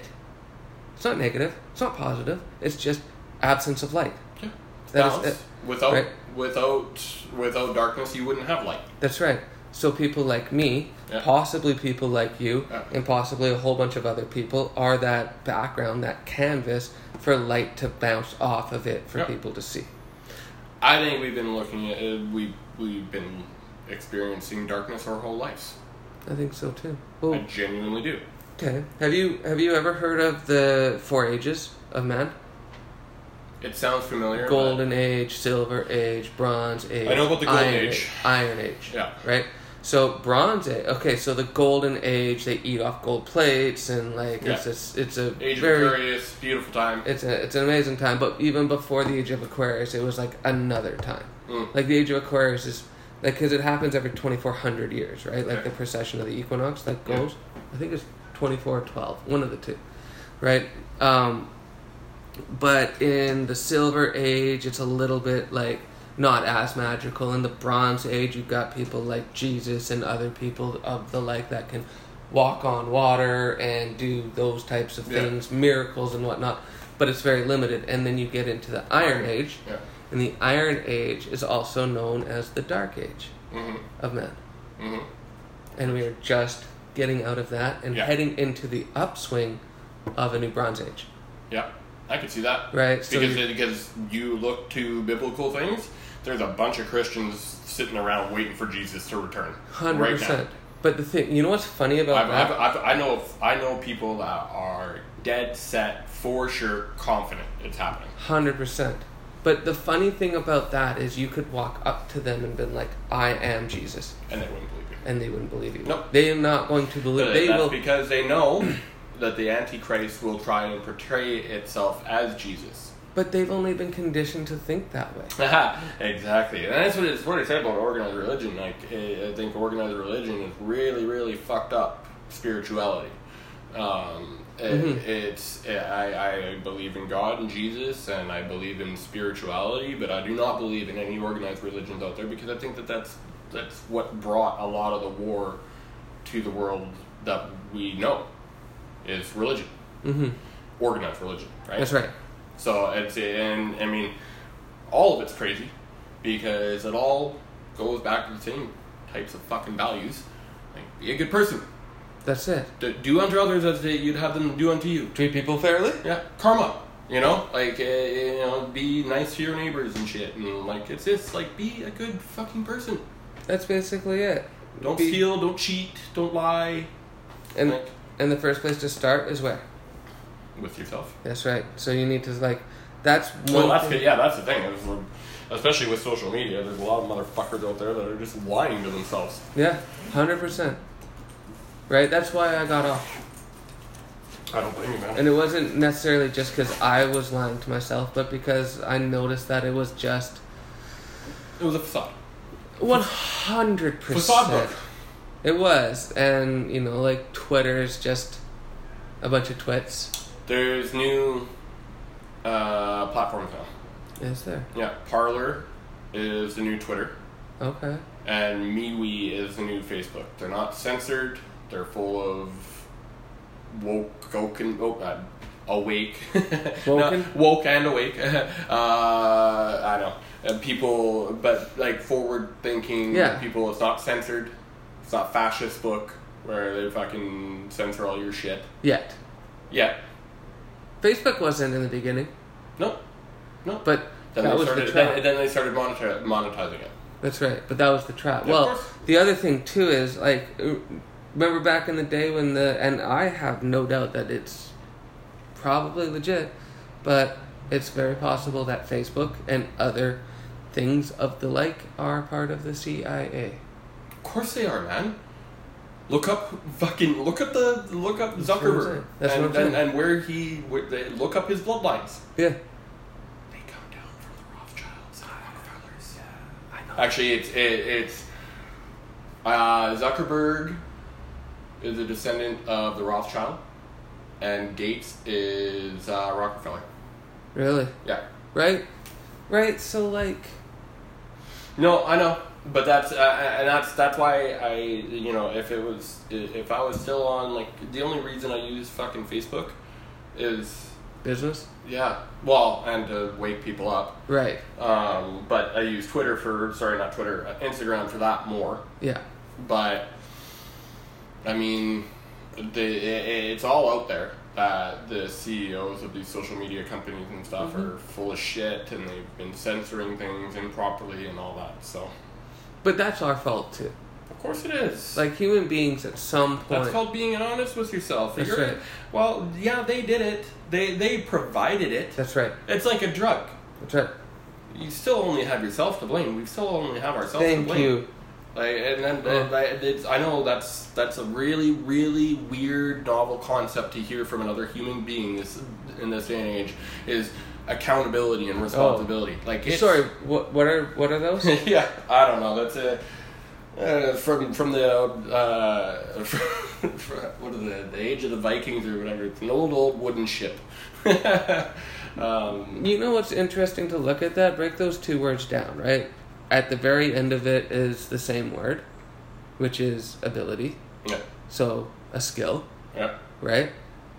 [SPEAKER 1] It's not negative. It's not positive. It's just absence of light.
[SPEAKER 2] Yeah.
[SPEAKER 1] That is
[SPEAKER 2] Balance.
[SPEAKER 1] it.
[SPEAKER 2] Without
[SPEAKER 1] Right.
[SPEAKER 2] without without darkness, you wouldn't have light.
[SPEAKER 1] That's right. So people like me,
[SPEAKER 2] Yeah.
[SPEAKER 1] possibly people like you,
[SPEAKER 2] Yeah.
[SPEAKER 1] and possibly a whole bunch of other people are that background, that canvas for light to bounce off of it for
[SPEAKER 2] Yeah.
[SPEAKER 1] people to see.
[SPEAKER 2] I think we've been looking at uh, we we've been experiencing darkness our whole lives.
[SPEAKER 1] I think so too.
[SPEAKER 2] I
[SPEAKER 1] Well,
[SPEAKER 2] genuinely do.
[SPEAKER 1] okay. Have you have you ever heard of the four ages of man?
[SPEAKER 2] It sounds familiar.
[SPEAKER 1] Golden Age, Silver Age, Bronze Age.
[SPEAKER 2] I know about the Golden
[SPEAKER 1] Iron
[SPEAKER 2] Age.
[SPEAKER 1] Iron Age.
[SPEAKER 2] Yeah.
[SPEAKER 1] Right. So Bronze Age. Okay, so the Golden Age, they eat off gold plates, and like it's
[SPEAKER 2] Yeah.
[SPEAKER 1] a s- it's a
[SPEAKER 2] but Age
[SPEAKER 1] very
[SPEAKER 2] of Aquarius, beautiful time.
[SPEAKER 1] it's a it's an amazing time. But even before the Age of Aquarius, it was like another time.
[SPEAKER 2] Mm.
[SPEAKER 1] Like the Age of Aquarius is like because it happens every twenty four hundred years, right? Like
[SPEAKER 2] Okay.
[SPEAKER 1] the precession of the equinox that
[SPEAKER 2] Yeah.
[SPEAKER 1] goes. I think it's twenty four or twelve, one of the two, right? Um, but in the Silver Age, it's a little bit like not as magical. In the Bronze Age, you've got people like Jesus and other people of the like that can walk on water and do those types of
[SPEAKER 2] Yeah.
[SPEAKER 1] things, miracles and whatnot. But it's very limited. And then you get into the Iron Age,
[SPEAKER 2] Yeah.
[SPEAKER 1] and the Iron Age is also known as the Dark Age
[SPEAKER 2] Mhm.
[SPEAKER 1] of man.
[SPEAKER 2] Mhm.
[SPEAKER 1] And we are just getting out of that and
[SPEAKER 2] Yeah.
[SPEAKER 1] heading into the upswing of a new Bronze Age,
[SPEAKER 2] Yeah. I could see that.
[SPEAKER 1] right? So
[SPEAKER 2] because
[SPEAKER 1] you-
[SPEAKER 2] because you look to biblical things, there's a bunch of Christians sitting around waiting for Jesus to return.
[SPEAKER 1] Hundred
[SPEAKER 2] right now.
[SPEAKER 1] percent. But the thing, you know what's funny about
[SPEAKER 2] I've,
[SPEAKER 1] that?
[SPEAKER 2] I've, I've, I know I know people that are dead set for sure confident it's happening.
[SPEAKER 1] Hundred percent. But the funny thing about that is, you could walk up to them and been like, "I am Jesus,"
[SPEAKER 2] and they wouldn't believe you.
[SPEAKER 1] and they wouldn't believe you.
[SPEAKER 2] Nope.
[SPEAKER 1] They are not going to believe.
[SPEAKER 2] But
[SPEAKER 1] They
[SPEAKER 2] that's
[SPEAKER 1] will.
[SPEAKER 2] because they know that the Antichrist will try and portray itself as Jesus.
[SPEAKER 1] but they've only been conditioned to think that way.
[SPEAKER 2] exactly, and that's what it's what I said about organized religion. Like I I think organized religion is really, really fucked up spirituality. Um, it,
[SPEAKER 1] Mhm.
[SPEAKER 2] It's I, I believe in God and Jesus, and I believe in spirituality, but I do not believe in any organized religions out there because I think that that's that's what brought a lot of the war to the world that we know is religion,
[SPEAKER 1] hmm
[SPEAKER 2] organized religion, right?
[SPEAKER 1] That's right.
[SPEAKER 2] So it's and I mean, all of it's crazy because it all goes back to the same types of fucking values. Like, be a good person.
[SPEAKER 1] That's it.
[SPEAKER 2] D- do unto others as they, you'd have them do unto you.
[SPEAKER 1] Treat people fairly.
[SPEAKER 2] Yeah, karma. You know, like uh, you know, be nice to your neighbors and shit, and like it's just like be a good fucking person.
[SPEAKER 1] That's basically it.
[SPEAKER 2] Don't
[SPEAKER 1] Be-
[SPEAKER 2] steal, don't cheat, don't lie.
[SPEAKER 1] And
[SPEAKER 2] like,
[SPEAKER 1] and the first place to start is where.
[SPEAKER 2] with yourself.
[SPEAKER 1] That's right. So you need to like, that's one.
[SPEAKER 2] Well, that's
[SPEAKER 1] thing.
[SPEAKER 2] good. yeah, that's the thing. There's, um, especially with social media, there's a lot of motherfuckers out there that are just lying to themselves.
[SPEAKER 1] Yeah, hundred percent. Right. That's why I got off,
[SPEAKER 2] I don't blame you, man.
[SPEAKER 1] and it wasn't necessarily just because I was lying to myself, but because I noticed that it was just
[SPEAKER 2] it was a facade.
[SPEAKER 1] one hundred
[SPEAKER 2] Facade
[SPEAKER 1] percent.
[SPEAKER 2] book.
[SPEAKER 1] It was, and you know, like Twitter is just a bunch of twits.
[SPEAKER 2] There's new uh, platforms now.
[SPEAKER 1] Is there?
[SPEAKER 2] Yeah, Parlor is the new Twitter.
[SPEAKER 1] Okay.
[SPEAKER 2] and MeWe is the new Facebook. They're not censored. They're full of woke, woke and oh, uh, awake,
[SPEAKER 1] Woken?
[SPEAKER 2] No, woke and awake. uh, I don't know uh, people, but like forward thinking
[SPEAKER 1] Yeah.
[SPEAKER 2] people. It's not censored. It's not fascist book where they fucking censor all your shit.
[SPEAKER 1] Yet,
[SPEAKER 2] Yeah,
[SPEAKER 1] Facebook wasn't in the beginning,
[SPEAKER 2] no, no.
[SPEAKER 1] but
[SPEAKER 2] then
[SPEAKER 1] that
[SPEAKER 2] they
[SPEAKER 1] was
[SPEAKER 2] started.
[SPEAKER 1] the trap.
[SPEAKER 2] then, then they started monetize, monetizing it.
[SPEAKER 1] That's right, but that was the trap.
[SPEAKER 2] Yeah, of
[SPEAKER 1] well,
[SPEAKER 2] course.
[SPEAKER 1] the other thing too is like, uh, remember back in the day when the and I have no doubt that it's probably legit, but it's very possible that Facebook and other things of the like are part of the CIA.
[SPEAKER 2] Of course they are, man. Look up fucking look up the look up
[SPEAKER 1] That's what I'm
[SPEAKER 2] Zuckerberg
[SPEAKER 1] saying. That's
[SPEAKER 2] and,
[SPEAKER 1] what I'm
[SPEAKER 2] and,
[SPEAKER 1] saying.
[SPEAKER 2] and where he where they look up his bloodlines.
[SPEAKER 1] Yeah,
[SPEAKER 2] They come down from the Rothschilds and Rockefellers. Yeah, I know. Actually, it's it, it's uh, Zuckerberg is a descendant of the Rothschild, and Gates is uh, Rockefeller.
[SPEAKER 1] really,
[SPEAKER 2] Yeah.
[SPEAKER 1] right, right. So like,
[SPEAKER 2] No, I know, but that's uh, and that's that's why I you know if it was if I was still on like the only reason I use fucking Facebook is
[SPEAKER 1] business,
[SPEAKER 2] yeah well and to wake people up.
[SPEAKER 1] right?
[SPEAKER 2] Um, but I use Twitter for sorry not Twitter uh, Instagram for that more.
[SPEAKER 1] Yeah,
[SPEAKER 2] But I mean, the, it, it's all out there. That the CEOs of these social media companies and stuff are full of shit, and they've been censoring things improperly and all that. So.
[SPEAKER 1] but that's our fault too.
[SPEAKER 2] Of course it is.
[SPEAKER 1] Like human beings, at some
[SPEAKER 2] that's
[SPEAKER 1] point,
[SPEAKER 2] called being honest with yourself.
[SPEAKER 1] That's
[SPEAKER 2] You're-
[SPEAKER 1] right.
[SPEAKER 2] Well, yeah, they did it. They they provided it.
[SPEAKER 1] that's right.
[SPEAKER 2] It's like a drug.
[SPEAKER 1] That's right.
[SPEAKER 2] You still only have yourself to blame. We still only have ourselves to
[SPEAKER 1] Thank
[SPEAKER 2] blame.
[SPEAKER 1] you.
[SPEAKER 2] Like, and then
[SPEAKER 1] Oh.
[SPEAKER 2] and I- it's, I know that's that's a really really weird novel concept to hear from another human being this in this day and age is accountability and responsibility. Like it's,
[SPEAKER 1] Oh. Sorry. What? What are? What are those?
[SPEAKER 2] yeah, I don't know. That's a uh, from from the uh, from, what are the the age of the Vikings or whatever. It's an old old wooden ship. um,
[SPEAKER 1] You know what's interesting to look at that? Break those two words down, right? At the very end of it is the same word, which is ability.
[SPEAKER 2] yeah,
[SPEAKER 1] So, a skill,
[SPEAKER 2] yeah,
[SPEAKER 1] right?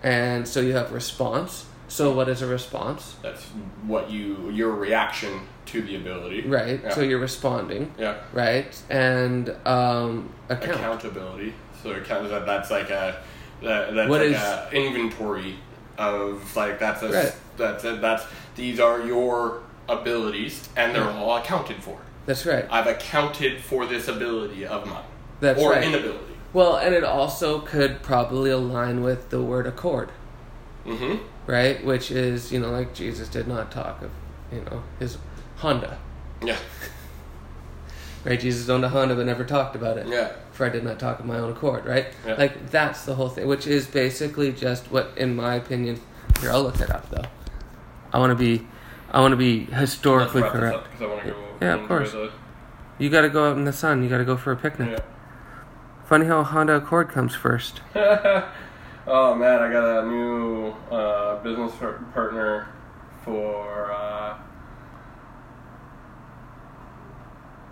[SPEAKER 1] And so you have response. So, what is a response?
[SPEAKER 2] that's what you your reaction to the ability.
[SPEAKER 1] Right?
[SPEAKER 2] Yeah.
[SPEAKER 1] So, you're responding,
[SPEAKER 2] Yeah.
[SPEAKER 1] right? And um, account.
[SPEAKER 2] Accountability. So account, that, that's like a that, that's
[SPEAKER 1] What
[SPEAKER 2] like
[SPEAKER 1] is-
[SPEAKER 2] a inventory of like that's a,
[SPEAKER 1] Right.
[SPEAKER 2] that's a, that's these are your abilities and they're all accounted for.
[SPEAKER 1] That's right.
[SPEAKER 2] I've accounted for this ability of mine.
[SPEAKER 1] That's
[SPEAKER 2] or
[SPEAKER 1] right.
[SPEAKER 2] inability.
[SPEAKER 1] Well, and it also could probably align with the word accord.
[SPEAKER 2] Mm-hmm.
[SPEAKER 1] right? Which is, you know, like Jesus did not talk of, you know, his Honda,
[SPEAKER 2] Yeah.
[SPEAKER 1] right? Jesus owned a Honda but never talked about it.
[SPEAKER 2] Yeah.
[SPEAKER 1] For I did not talk of my own accord, right?
[SPEAKER 2] Yeah.
[SPEAKER 1] Like that's the whole thing, which is basically just what, in my opinion, here I'll look it up though. I want to be, I want to be historically correct.
[SPEAKER 2] because I want to go.
[SPEAKER 1] Yeah, of course. You got to go out in the sun. You got to go for a picnic. Funny how a Honda Accord comes first.
[SPEAKER 2] Yeah. oh man, I got a new uh, business par- partner for uh,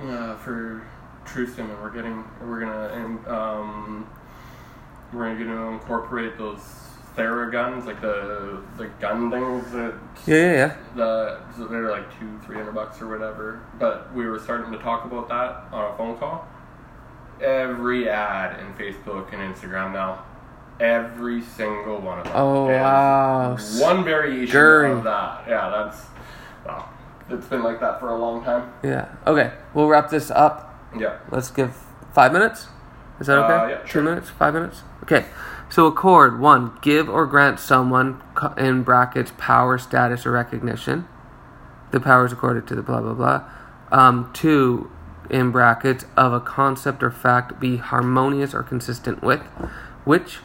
[SPEAKER 2] uh, for Truestim, and we're getting we're gonna um, we're gonna incorporate those Theraguns, like the the gun things that
[SPEAKER 1] Yeah, yeah, yeah.
[SPEAKER 2] the so they're like two, three hundred bucks or whatever. But we were starting to talk about that on a phone call. Every ad in Facebook and Instagram now, every single one of them.
[SPEAKER 1] Oh,
[SPEAKER 2] is
[SPEAKER 1] wow.
[SPEAKER 2] One variation
[SPEAKER 1] Scary.
[SPEAKER 2] of that. Yeah, that's wow. It's been like that for a long time.
[SPEAKER 1] Yeah. Okay, we'll wrap this up.
[SPEAKER 2] Yeah.
[SPEAKER 1] Let's give five minutes. Is that
[SPEAKER 2] Uh,
[SPEAKER 1] okay?
[SPEAKER 2] yeah,
[SPEAKER 1] Two
[SPEAKER 2] sure.
[SPEAKER 1] minutes? Five minutes? Okay. So, accord one, give or grant someone co- in brackets power, status, or recognition. The powers accorded to the blah, blah, blah. Um, two, in brackets, of a concept or fact be harmonious or consistent with, which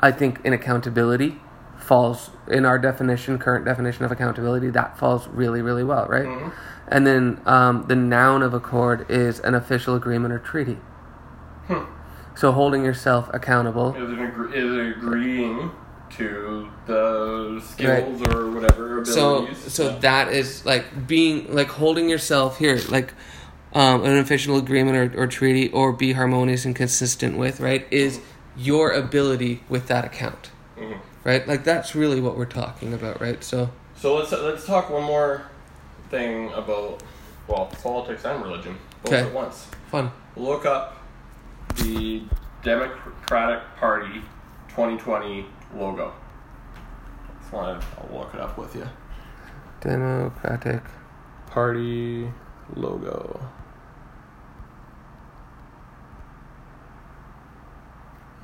[SPEAKER 1] I think in accountability falls in our definition, current definition of accountability, that falls really, really well, right? And then um, the noun of accord is an official agreement or treaty. So holding yourself accountable.
[SPEAKER 2] Is, an agree- is agreeing to the skills or whatever
[SPEAKER 1] So
[SPEAKER 2] abilities.
[SPEAKER 1] so that is like being like holding yourself here like um, an official agreement or, or treaty or be harmonious and consistent with right is your ability with that account
[SPEAKER 2] Mhm.
[SPEAKER 1] right like that's really what we're talking about right so
[SPEAKER 2] So let's let's talk one more thing about well politics and religion both
[SPEAKER 1] Okay.
[SPEAKER 2] at once.
[SPEAKER 1] fun
[SPEAKER 2] Look up the Democratic Party 2020 logo. Just wanted I'll look it up with you.
[SPEAKER 1] democratic
[SPEAKER 2] Party logo.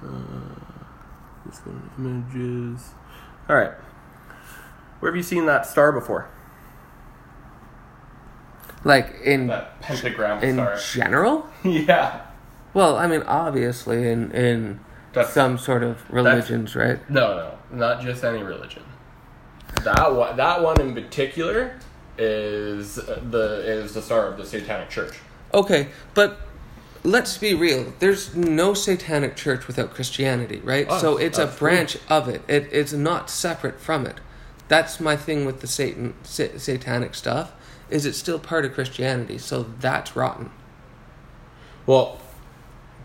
[SPEAKER 2] Uh, this one images. All right. Where have you seen that star before?
[SPEAKER 1] like in
[SPEAKER 2] That pentagram
[SPEAKER 1] in
[SPEAKER 2] star.
[SPEAKER 1] general
[SPEAKER 2] yeah.
[SPEAKER 1] well i mean obviously in in
[SPEAKER 2] That's-
[SPEAKER 1] some sort of religions right
[SPEAKER 2] No, no, not just any religion. That one, that one in particular, is the is the star of the Satanic Church.
[SPEAKER 1] Okay, but let's be real. There's no satanic church without Christianity, right?
[SPEAKER 2] Oh,
[SPEAKER 1] so it's a
[SPEAKER 2] absolutely.
[SPEAKER 1] branch of it. it. It's not separate from it. That's my thing with the Satan sa- satanic stuff. Is it's still part of Christianity? So that's rotten.
[SPEAKER 2] Well,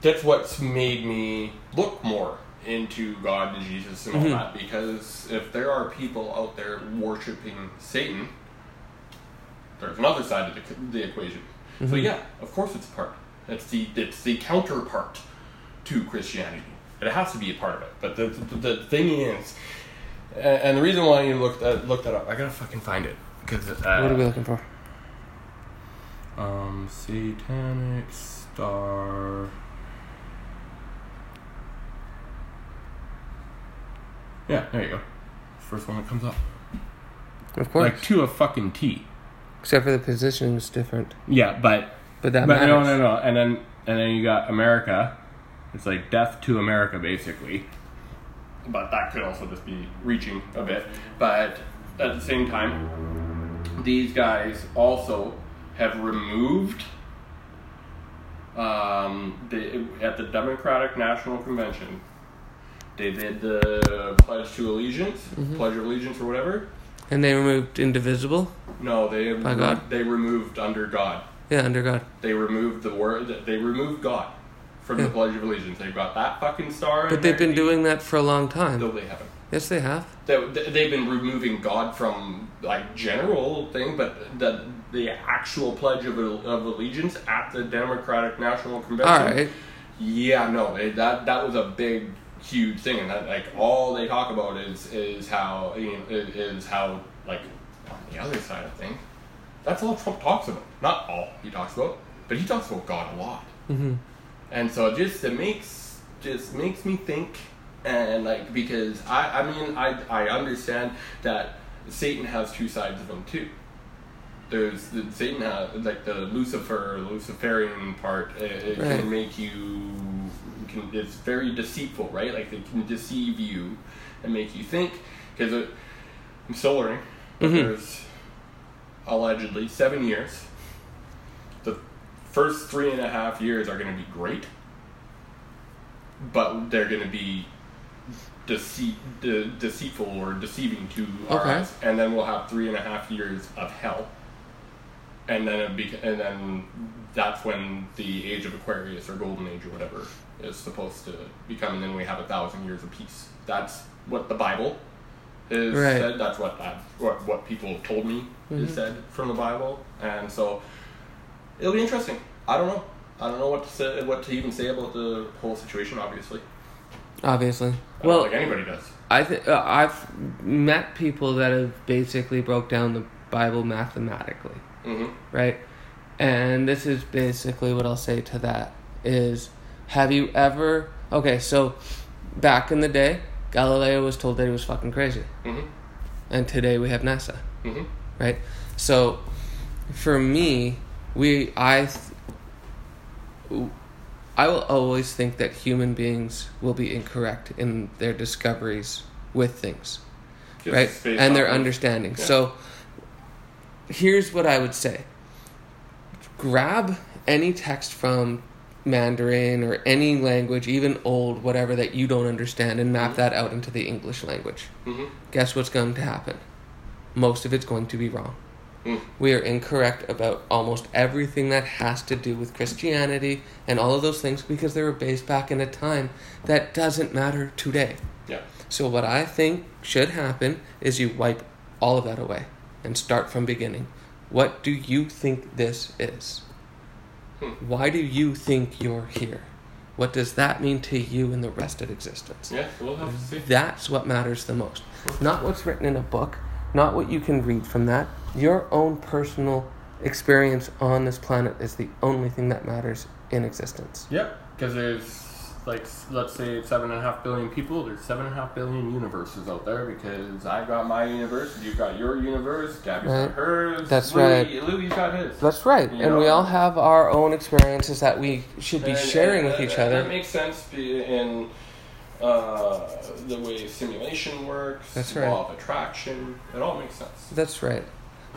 [SPEAKER 2] that's what's made me look more into God and Jesus and
[SPEAKER 1] Mm-hmm.
[SPEAKER 2] all that because if there are people out there worshiping Satan, there's another side of the, c- the equation.
[SPEAKER 1] Mm-hmm.
[SPEAKER 2] So yeah, of course it's a part. It's the it's the counterpart to Christianity. It has to be a part of it. But the the, the thing is, a- and the reason why you looked that looked that up, I gotta fucking find it because uh,
[SPEAKER 1] What are we looking for?
[SPEAKER 2] um, Satanic Star. Yeah, there you go. First one that comes up.
[SPEAKER 1] Of course,
[SPEAKER 2] Like to a fucking T.
[SPEAKER 1] except for the positioning is different.
[SPEAKER 2] Yeah, but
[SPEAKER 1] But that
[SPEAKER 2] but
[SPEAKER 1] matters.
[SPEAKER 2] no, no, no. And then and then you got America. It's like death to America, basically. But that could also just be reaching a bit. But at the same time, these guys also have removed um, the, at the Democratic National Convention. They did the pledge to allegiance,
[SPEAKER 1] Mm-hmm.
[SPEAKER 2] pledge of allegiance, or whatever.
[SPEAKER 1] And they removed indivisible.
[SPEAKER 2] No, they
[SPEAKER 1] By God?
[SPEAKER 2] they removed under God.
[SPEAKER 1] Yeah, under God.
[SPEAKER 2] They removed the word. They removed God from the
[SPEAKER 1] Yeah.
[SPEAKER 2] Pledge of Allegiance. They've got that fucking star. in
[SPEAKER 1] Hmm. But they've
[SPEAKER 2] there.
[SPEAKER 1] been doing that for a long time.
[SPEAKER 2] No, they haven't.
[SPEAKER 1] Yes, they have.
[SPEAKER 2] They- they- They've been removing God from like general thing, but the the actual Pledge of, of Allegiance at the Democratic National Convention.
[SPEAKER 1] All right.
[SPEAKER 2] Yeah, no, it, that that was a big, huge thing, and that like all they talk about is is how you know, is is how like on the other side of things, that's all Trump talks about. Not all he talks about, but he talks about God a lot,
[SPEAKER 1] Mm-hmm.
[SPEAKER 2] and so it just it makes just makes me think, and like because I I mean I I understand that Satan has two sides of him too there's the Satan, uh, like the Lucifer, Luciferian part. It, it
[SPEAKER 1] Right.
[SPEAKER 2] can make you. Can, it's very deceitful, right? Like it can deceive you and make you think. Because I'm still learning. but
[SPEAKER 1] Mhm.
[SPEAKER 2] There's allegedly seven years. The first three and a half years are going to be great, but they're going to be deceit, de- deceitful or deceiving to our
[SPEAKER 1] Okay.
[SPEAKER 2] eyes, and then we'll have three and a half years of hell and then it beca- and then that's when the age of Aquarius or golden age or whatever is supposed to become, and then we have a thousand years of peace. That's what the Bible is
[SPEAKER 1] Right.
[SPEAKER 2] said. That's what I've, what what people have told me
[SPEAKER 1] Mhm.
[SPEAKER 2] is said from the Bible, and so it'll be interesting. I don't know. I don't know what to say, what to even say about the whole situation. Obviously,
[SPEAKER 1] Obviously.
[SPEAKER 2] I
[SPEAKER 1] Well,
[SPEAKER 2] don't think anybody does.
[SPEAKER 1] I th- uh, I've met people that have basically broke down the Bible mathematically,
[SPEAKER 2] hmm
[SPEAKER 1] right? And this is basically what I'll say to that is have you ever Okay, so back in the day, Galileo was told that he was fucking crazy.
[SPEAKER 2] hmm
[SPEAKER 1] And today we have NASA,
[SPEAKER 2] hmm
[SPEAKER 1] right? So for me, we I th- I will always think that human beings will be incorrect in their discoveries with things
[SPEAKER 2] Just
[SPEAKER 1] right?
[SPEAKER 2] based
[SPEAKER 1] And their
[SPEAKER 2] off of-
[SPEAKER 1] understanding.
[SPEAKER 2] Yeah.
[SPEAKER 1] So here's what I would say. Grab any text from Mandarin or any language, even old, whatever that you don't understand, and
[SPEAKER 2] Mm-hmm.
[SPEAKER 1] map that out into the English language.
[SPEAKER 2] Mhm.
[SPEAKER 1] Guess what's going to happen? Most of it's going to be wrong.
[SPEAKER 2] Mm.
[SPEAKER 1] We are incorrect about almost everything that has to do with Christianity and all of those things because they were based back in a time that doesn't matter today.
[SPEAKER 2] Yeah.
[SPEAKER 1] So what I think should happen is you wipe all of that away and start from beginning. What do you think this is?
[SPEAKER 2] Hmm.
[SPEAKER 1] Why do you think you're here? What does that mean to you in the rest of existence?
[SPEAKER 2] Yeah, we'll have to see.
[SPEAKER 1] That's what matters the most. Not what's written in a book, not what you can read from that. Your own personal experience on this planet is the only thing that matters in existence.
[SPEAKER 2] Yep, because there's like s- let's say seven and a half billion people. There's seven and a half billion universes out there because I've got my universe, you've got your universe, Gabby's
[SPEAKER 1] Right.
[SPEAKER 2] got hers.
[SPEAKER 1] That's
[SPEAKER 2] Louis, Louis got his.
[SPEAKER 1] That's right.
[SPEAKER 2] You
[SPEAKER 1] and we
[SPEAKER 2] know-
[SPEAKER 1] all have our own experiences that we should be
[SPEAKER 2] And-
[SPEAKER 1] sharing
[SPEAKER 2] and
[SPEAKER 1] with
[SPEAKER 2] that-
[SPEAKER 1] each
[SPEAKER 2] that-
[SPEAKER 1] other.
[SPEAKER 2] That makes sense be- in uh, the way simulation works.
[SPEAKER 1] That's
[SPEAKER 2] Law of attraction. It all makes sense.
[SPEAKER 1] That's right.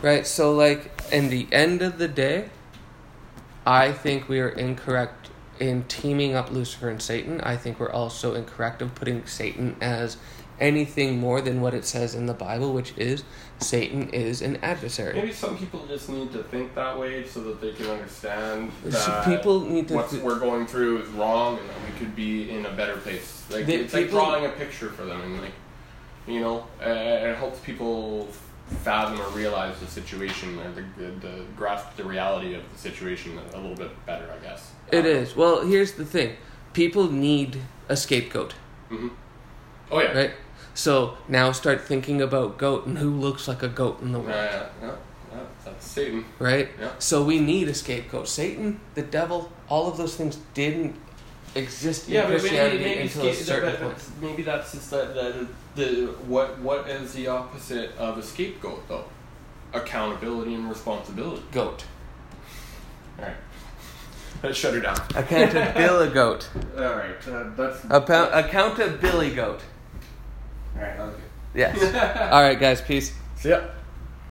[SPEAKER 1] Right. So, like, in the end of the day, I think we are incorrect in teaming up Lucifer and Satan. I think we're also incorrect of putting Satan as anything more than what it says in the Bible, which is Satan is an adversary.
[SPEAKER 2] Maybe some people just need to think that way so that they can understand
[SPEAKER 1] So
[SPEAKER 2] that
[SPEAKER 1] people need to
[SPEAKER 2] what
[SPEAKER 1] th-
[SPEAKER 2] we're going through is wrong and that we could be in a better place. Like
[SPEAKER 1] The
[SPEAKER 2] it's
[SPEAKER 1] people-
[SPEAKER 2] like drawing a picture for them and like you know, uh, it helps people fathom or realize the situation or the, the, the grasp the reality of the situation a little bit better, I guess. Uh,
[SPEAKER 1] It is. Well, here's the thing people need a scapegoat,
[SPEAKER 2] hmm Oh yeah.
[SPEAKER 1] right? So now start thinking about goat and who looks like a goat in the
[SPEAKER 2] Yeah,
[SPEAKER 1] world,
[SPEAKER 2] yeah, yeah, yeah, that's Satan.
[SPEAKER 1] right?
[SPEAKER 2] Yeah.
[SPEAKER 1] So we need a scapegoat. Satan, the devil, all of those things didn't exist in
[SPEAKER 2] Yeah, but maybe,
[SPEAKER 1] Christianity
[SPEAKER 2] maybe,
[SPEAKER 1] until a
[SPEAKER 2] sca-
[SPEAKER 1] certain
[SPEAKER 2] that-
[SPEAKER 1] point.
[SPEAKER 2] that's- maybe that's just that, that the what what is the opposite of a scapegoat though? Accountability and responsibility.
[SPEAKER 1] Goat.
[SPEAKER 2] All right, let's shut her down.
[SPEAKER 1] Accountability goat.
[SPEAKER 2] All right, uh, that's
[SPEAKER 1] Appa- accountability goat.
[SPEAKER 2] all right.
[SPEAKER 1] Yes.
[SPEAKER 2] Okay.
[SPEAKER 1] All right, guys. Peace.
[SPEAKER 2] See ya.